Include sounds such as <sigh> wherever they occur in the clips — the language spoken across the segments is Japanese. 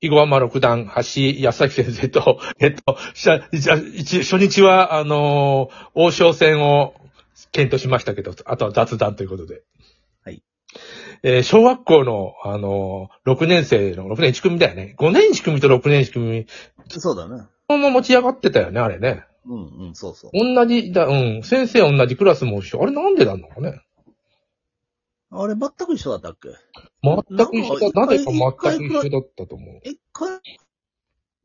囲碁ワンマン六段、橋康崎先生と、 <laughs> えっと、しゃじゃ一初日は、あのー王将戦を検討しましたけど、あとは雑談ということで。はい。えー小学校の、あのー、6年生の、6年1組だよね。5年1組と6年1組、そうだな。このまま持ち上がってたよね、あれね。うんうん、そうそう。同じだ、うん、先生同じクラスも一緒。あれなんでなんのかね。あれ、全く一緒だったっけ全く一緒だ。なんなかぜか一回全く一緒だったと思う。一回、ク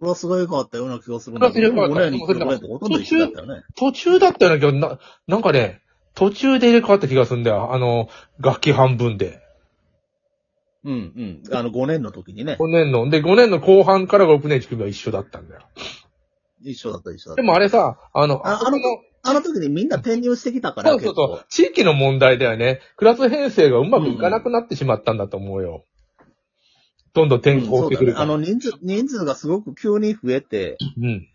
ラスが良かったような気がするんだけクど、ラスが俺良らかにった俺らとほとんど一緒だったよね。途中だったような気が、な、なんかね、途中で入れ替わった気がするんだよ。あの、楽器半分で。うんうん。あの、5年の時にね。 5年の、で、5年の後半から6年1組は一緒だったんだよ。一緒だった、一緒だでった。もあれさ、あの、ああのあの時にみんな転入してきたからそうそうそう、地域の問題だよね。クラス編成がうまくいかなくなってしまったんだと思うよ。どんどん転結構うん校しそうてくだねる。かあら。の人数、人数がすごく急に増えて、うん。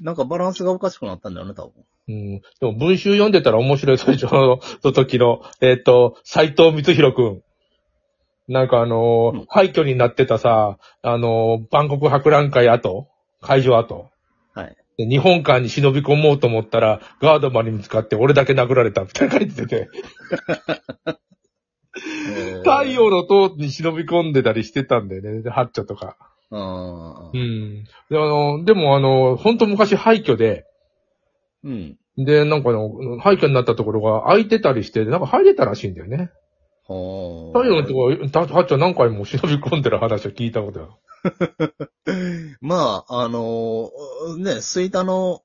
なんかバランスがおかしくなったんだよね、多分。うん。でも文集読んでたら面白い最初の時の、 <laughs> えっ、と、斎藤光弘くん。なんかあのーうん廃墟になってたさ、あのー万国博覧会後、会場後。はい。で日本館に忍び込もうと思ったら、ガードマンに見つかって俺だけ殴られたみたいな書いてて、太陽の塔に忍び込んでたりしてたんだよね、ハッチャとか。うん。うん。で、あの、でもあの、本当昔廃墟で、うん。で、なんかの、廃墟になったところが空いてたりして、なんか入れたらしいんだよね。ほー太陽のところ、たハッチャ何回も忍び込んでる話を聞いたことある。まあ、あのーね、スイタの、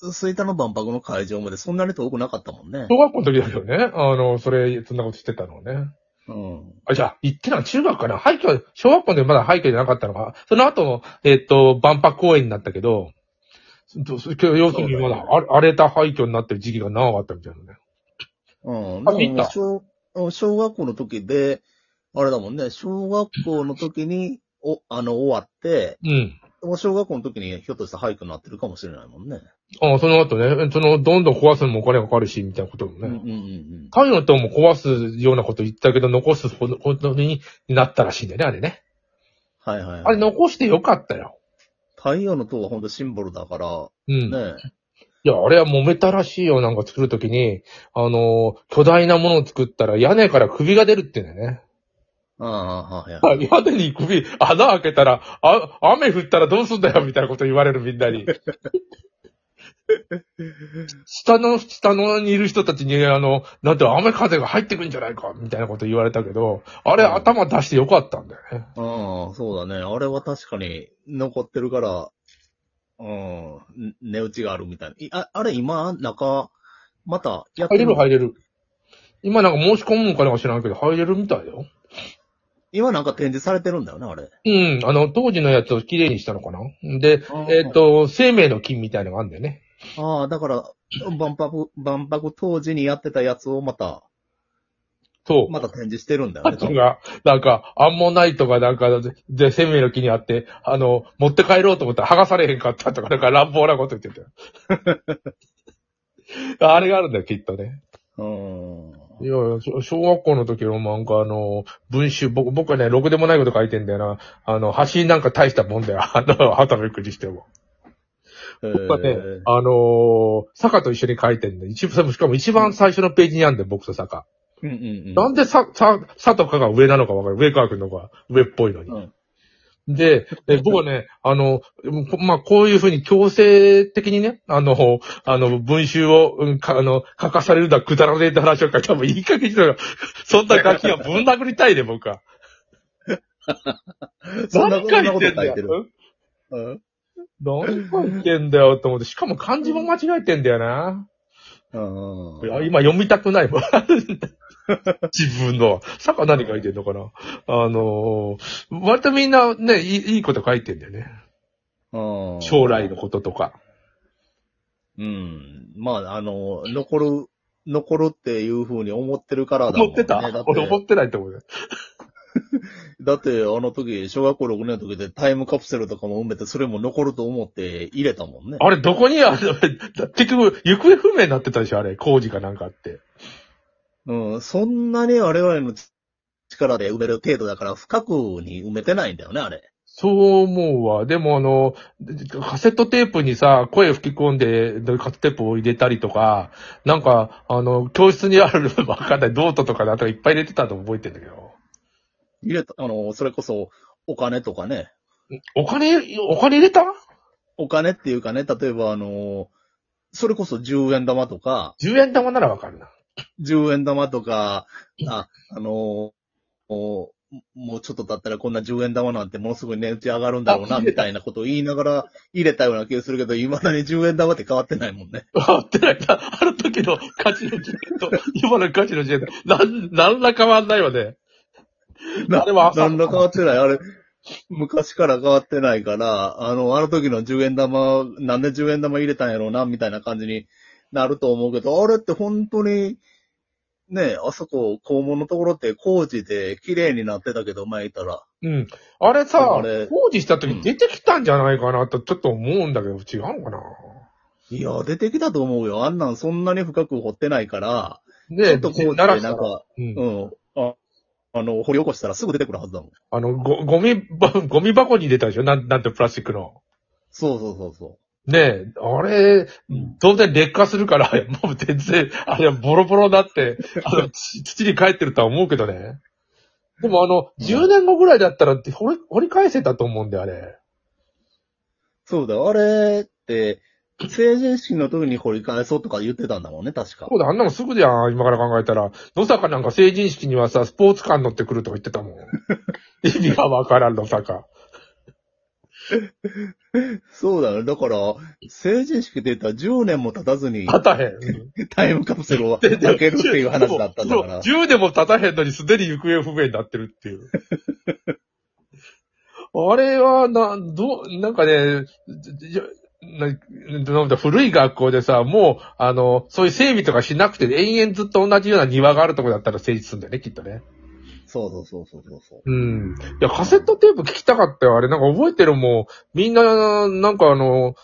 うスイタの万博の会場までそんなに遠くなかったもんね。小学校の時だけどね、あの、それ、そんなことしてたのね。うん。あ、じゃあ、行ってたのは中学かな廃墟、小学校でまだ廃墟じゃなかったのか。その後、えっ、と、万博公園になったけど、どそ要するにまだそうあ荒れた廃墟になってる時期が長かったみたいなね。うん。あ見た小うん小学校の時で、あれだもんね、小学校の時に、お、あの、終わって、うん。もう小学校の時にひょっとしたら俳句になってるかもしれないもんね。あその後ね、その、どんどん壊すのもお金がかかるし、みたいなこともうんうんね。うん太陽の塔も壊すようなこと言ったけど、残すほどことになったらしいんだよね、あれね。うん。はいはい、あはれい。残してよかったよ。太陽の塔は本当シンボルだから、うん。ね。いや、あれは揉めたらしいよ、なんか作るときに。あの、巨大なものを作ったら屋根から首が出るって言うんだよね。ああ、はいはい。屋根に首、穴開けたら、あ、雨降ったらどうすんだよ、みたいなこと言われるみんなに。 <laughs> 下の、下のにいる人たちに、あの、なんて雨風が入ってくんじゃないか、みたいなこと言われたけど、あれうん頭出してよかったんだよね。ああ、そうだね。あれは確かに残ってるから、うん、ん値打ちがあるみたいな。いああれ今、中、またや入ってれるる、入れる。今なんか申し込むのかなんか知らんけど、入れるみたいだよ。今なんか展示されてるんだよね、あれ。うん、あの、当時のやつを綺麗にしたのかなで、えっ、と、生命の金みたいなのがあるんだよね。ああ、だから、万博、万博当時にやってたやつをまた、そう。また展示してるんだよあねと。が、なんか、アンモナイトがなんか、で、生命の木にあって、あの、持って帰ろうと思ったら剥がされへんかったとか、なんか乱暴なこと言ってたよ。あれがあるんだよ、 <laughs> きっとね。うん。いやいや、小小学校の時のなんかあの、文集、僕、僕はね、ろくでもないこと書いてんだよな。あの、橋なんか大したもんだよ。あの、旗めくりしても。え僕はねー、あのー坂と一緒に書いてんだよ。一部、しかも一番最初のページにあるんだよ、僕と坂。うんうんうん。なんでさ、さ、さとかが上なのかわかる。上川くんの方が上っぽいのに。うんで、え僕はね、あの、こまあ、こういうふうに強制的にね、あの、あの、文集を、うん、か、あの、書かされるのはくだらねえって話を書いて、多分いい加減にしろよ。そんなガキはぶん殴りたいね、僕は。そんな何回そ言んってんなことだ書いてる。よ。うん。何回言ってんだよ、と思って。しかも漢字も間違えてんだよな。うんいや、今読みたくないもん。 <laughs> 自分の。さか何書いてんのかなあのー、割とみんなね、いいいいこと書いてんだよね。うん将来のこととか。うん。まあ、あの、残る、残るっていうふうに思ってるからだもん、思ね。ってた、だって俺思ってないと思うよ。だって、あの時、小学校6年の時でタイムカプセルとかも埋めて、それも残ると思って入れたもんね。あれ、どこにある <laughs> 結局、行方不明になってたでしょ、あれ。工事かなんかあって。うん。そんなに我々の力で埋める程度だから、深くに埋めてないんだよね、あれ。そう思うわ。でもあの、カセットテープにさ、声吹き込んで、カセットテープを入れたりとか、なんか、あの、教室にある、わかんない、ノートとかなんかいっぱい入れてたと覚えてんだけど。入れた、あの、それこそ、お金とかね。お金、お金入れたお金っていうかね、例えばあの、それこそ10円玉とか、 ?10 円玉ならわかるな。 10円玉とか、あ、あの、おもうちょっと経ったらこんな10円玉なんてものすごい値打ち上がるんだろうあな、入れみたたいなことを言いながら入れたような気がするけど、未だに10円玉って変わってないも <laughs> んね。あってないな。あの時の価値の時代と、 <laughs> 今の価値の時代と、なん、なんら変わんないよね。なあれは <laughs> 何ら変わってない。あれ、昔から変わってないから、あの、あの時の10円玉、なんで10円玉入れたんやろうな、みたいな感じになると思うけど、あれって本当に、ねえ、あそこ、校門のところって工事で綺麗になってたけど、前いたら。うん。あれでもさあれ、工事したう時ん出てきたんじゃないかなとちょっと思うんだけど、違うのかないや、出てきたと思うよ。あんなんそんなに深く掘ってないから、ちねょっと工事でななんらさ、か、うんうん、ああの、掘り起こしたらすぐ出てくるはずだもん。あの、ご、ゴミば、ゴミ箱に出たでしょなん、なんてプラスチックの。そうそうそうそねえ、あれ、う。うん当然劣化するから、 <laughs> もう全然、あれはボロボロになって、あの、土土に帰ってるとは思うけどね。でもあの、10年後ぐらいだったら、掘り、掘り返せたと思うんだよ、あれ。そうだよ、あれって、成人式の時に掘り返そうとか言ってたんだもんね、確かそ。うだ、あんなもんすぐじゃん、今から考えたら。野坂なんか成人式にはさ、スポーツカーに乗ってくるとか言ってたもん。意味がわからん、野坂。そうだよ、だから、成人式って言ったら10年も経たずに立たへん。タイムカプセルを開けるっていう話だったんだから。そう10でも立たへんのにすでに行方不明になってるって <laughs> いう。あれは、な、どう、なんかね、じゃななんだ古い学校でさ、もう、あの、そういう整備とかしなくて、延々ずっと同じような庭があるとこだったら成立するんだよね、きっとね。そうそうそうそうそうそう。うん。いや、カセットテープ聞きたかったよ、あれ。なんか覚えてるもん。みんな、なんかあの、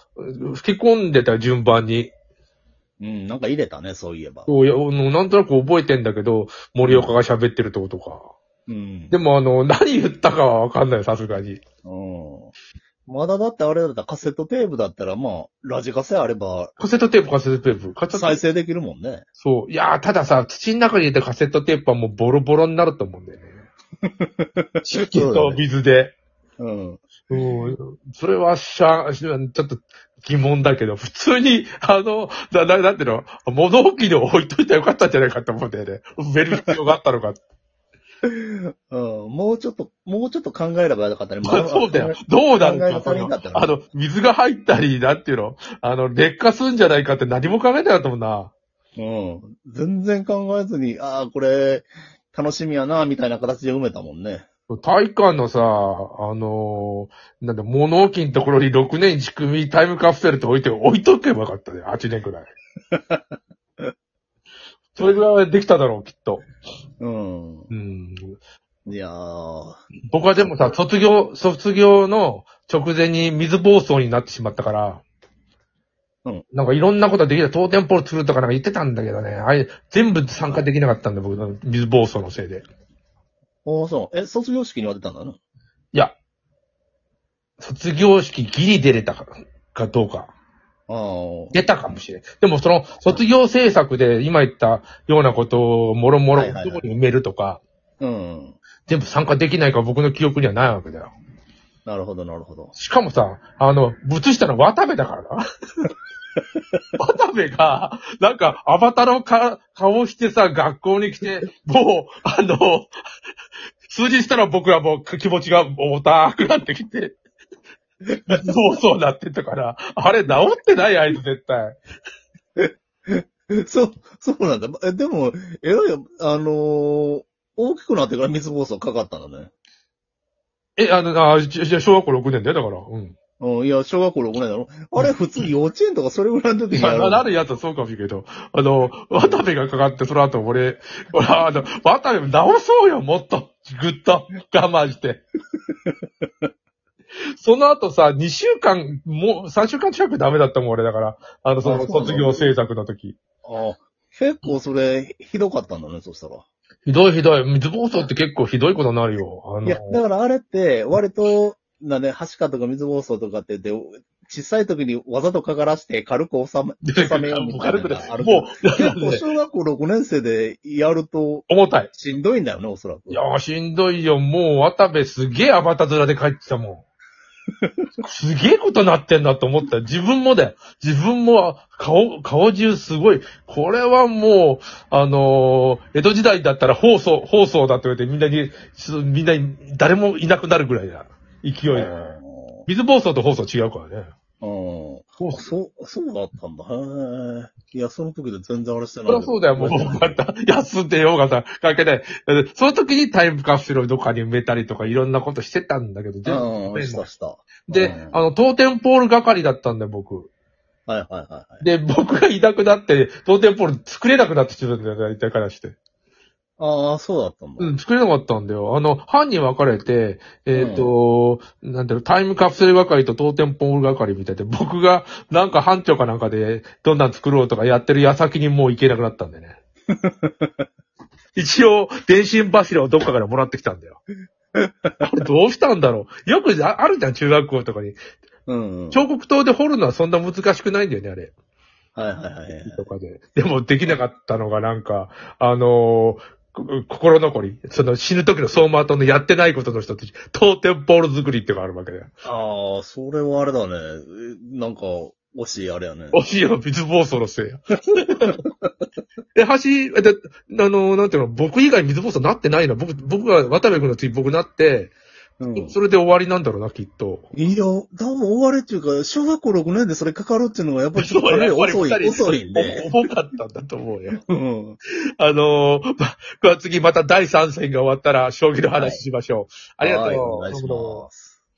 吹き込んでたよ順番に。うん、なんか入れたね、そういえば。そういや、あのなんとなく覚えてんだけど、森岡が喋ってるとことか。うん。でもあの、何言ったかはわかんない、さすがに。うん。まだだってあれだったらカセットテープだったら、まあ、ラジカセあればカセットテープ、カセットテープ。カセットテ再ープ。生できるもんね。そう。いやー、たださ、土の中に入れたカセットテープはもうボロボロになると思うんだよね。湿気そうだとね水で。うん。うん。それはしゃ、しちょっと疑問だけど、普通に、あの、な、な、なんていうの、物置で置いといたらよかったんじゃないかと思うんだよね。埋める必要があったのか。うん。もうちょっと、もうちょっと考えればよかったね。まあそうだよ。どうなる考えか、が足りんかったなあの、水が入ったり、なんていうの、あの、劣化するんじゃないかって何も考えてなかったもんな。うん。全然考えずに、ああ、これ、楽しみやな、みたいな形で埋めたもんね。体育館のさ、あのーなんだ、物置のところに6年仕組みタイムカプセルって置いて、置いとけばよかったね。8年くらい。 <laughs> それぐらいはできただろう、きっと。うん。うん。いやー、僕はでもさ、卒業、卒業の直前に水暴走になってしまったから、うん。なんかいろんなことができた。当店ポールするとかなんか言ってたんだけどね。あれ、全部参加できなかったんだ、僕の水暴走のせいで。おーそう。え、卒業式には出たんだな。いや、卒業式ギリ出れたかかどうか。あー出たかもしれん。でもその、卒業制作で今言ったようなことをもろもろ、はいはいはいどこに埋めるとか、うん。全部参加できないから僕の記憶にはないわけだよ。なるほど、なるほど。しかもさ、あの、映したのは渡部だから <laughs> な。渡部が、なんか、アバターのか顔してさ、学校に来て、もう、あの、数日したら僕はもう気持ちが重たくなってき <laughs> て、そうそうなってたから、あれ治ってないあいつ絶対。そう、そうなんだ。え、でも、えらい、あのー大きくなってから水暴走かかったんだね。え、あの、あじじゃあ小学校6年だよ、だから。うん。うん、いや、小学校6年だろ。あれ、普通幼稚園とかそれぐらいの時にやまるあ、なるやつはそうかもしれんけど、あの、渡部がかかって、その後俺、俺、あの、渡部直そうよ、もっと。ぐっと我慢して。 <laughs> その後さ、2週間、もう3週間近くダメだったもん、俺だから。あの、そあのそうなんだ卒業制作の時。あー結構それ、ひどかったんだね、そしたら。 <laughs> ひどいひどい。水暴走って結構ひどいことになるよ。あの、いや、だからあれって、割と、なんで、ハシカとか水暴走とかってで、小さい時にわざとかからして軽く収め、 <laughs> 収めようみたいなのがあるけどもう、だから結構ね、小学校6年生でやると <laughs> 重たい。しんどいんだよね、おそらく。いやー、しんどいよ。もう、渡部すげえアバタ面で帰ってきたもん。すげえことなってんだと思ったよ。自分もだよ。自分も、顔、顔中すごい。これはもう、あのー江戸時代だったら放送、放送だって言われてみんなに、すみんなに、誰もいなくなるぐらいだ。勢い。水暴走と放送違うからね。うん。放あそう、そうだったんだ。へえ。いや、その時で全然あれしてない。そりゃそうだよ、もう。よかった。休んでようがさ、関係ない。その時にタイムカプセルをどっかに埋めたりとか、いろんなことしてたんだけど、全うん、したした。でうん、あの、当店ポール係だったんだよ、僕。はいはいはいはい。で、僕がいなくなって、当店ポール作れなくなってきてたんだよ、大体からして。ああ、そうだったんだ。うん、作れなかったんだよ。あの、班に分かれて、えっ、と、なんだろう、タイムカプセル係と当店ポール係みたいで、僕がなんか班長かなんかで、どんなん作ろうとかやってる矢先にもう行けなくなったんだよ <laughs> ね。一応、電信柱をどっかからもらってきたんだよ。あれどうしたんだろう。よくああるじゃん、中学校とかに。うん。彫刻刀で彫るのはそんな難しくないんだよね、あれ。はいはいはい。とかで。でもできなかったのがなんか、あのーこ心残り。その死ぬ時の相馬灯のやってないことの人たち、当店ボール作りっていうのがあるわけだよ。ああ、それはあれだね。えなんか、惜しいあれやね。おしいよ、水暴走のせいや。え、橋、 <laughs> えで、あのーなんていうの、僕以外水暴走なってないの。僕、僕が、渡部君の次僕なって、うん、いそれで終わりなんだろうな、きっと。や、多分終われっていうか、小学校6年でそれかかるっていうのがやっぱりちょっとかなり遅い、遅いんで。 <laughs> 重かったんだと思うよ。うん。あのー、ま、これは次また第3戦が終わったら、将棋の話しましょう。ありがとう。はいお願いします。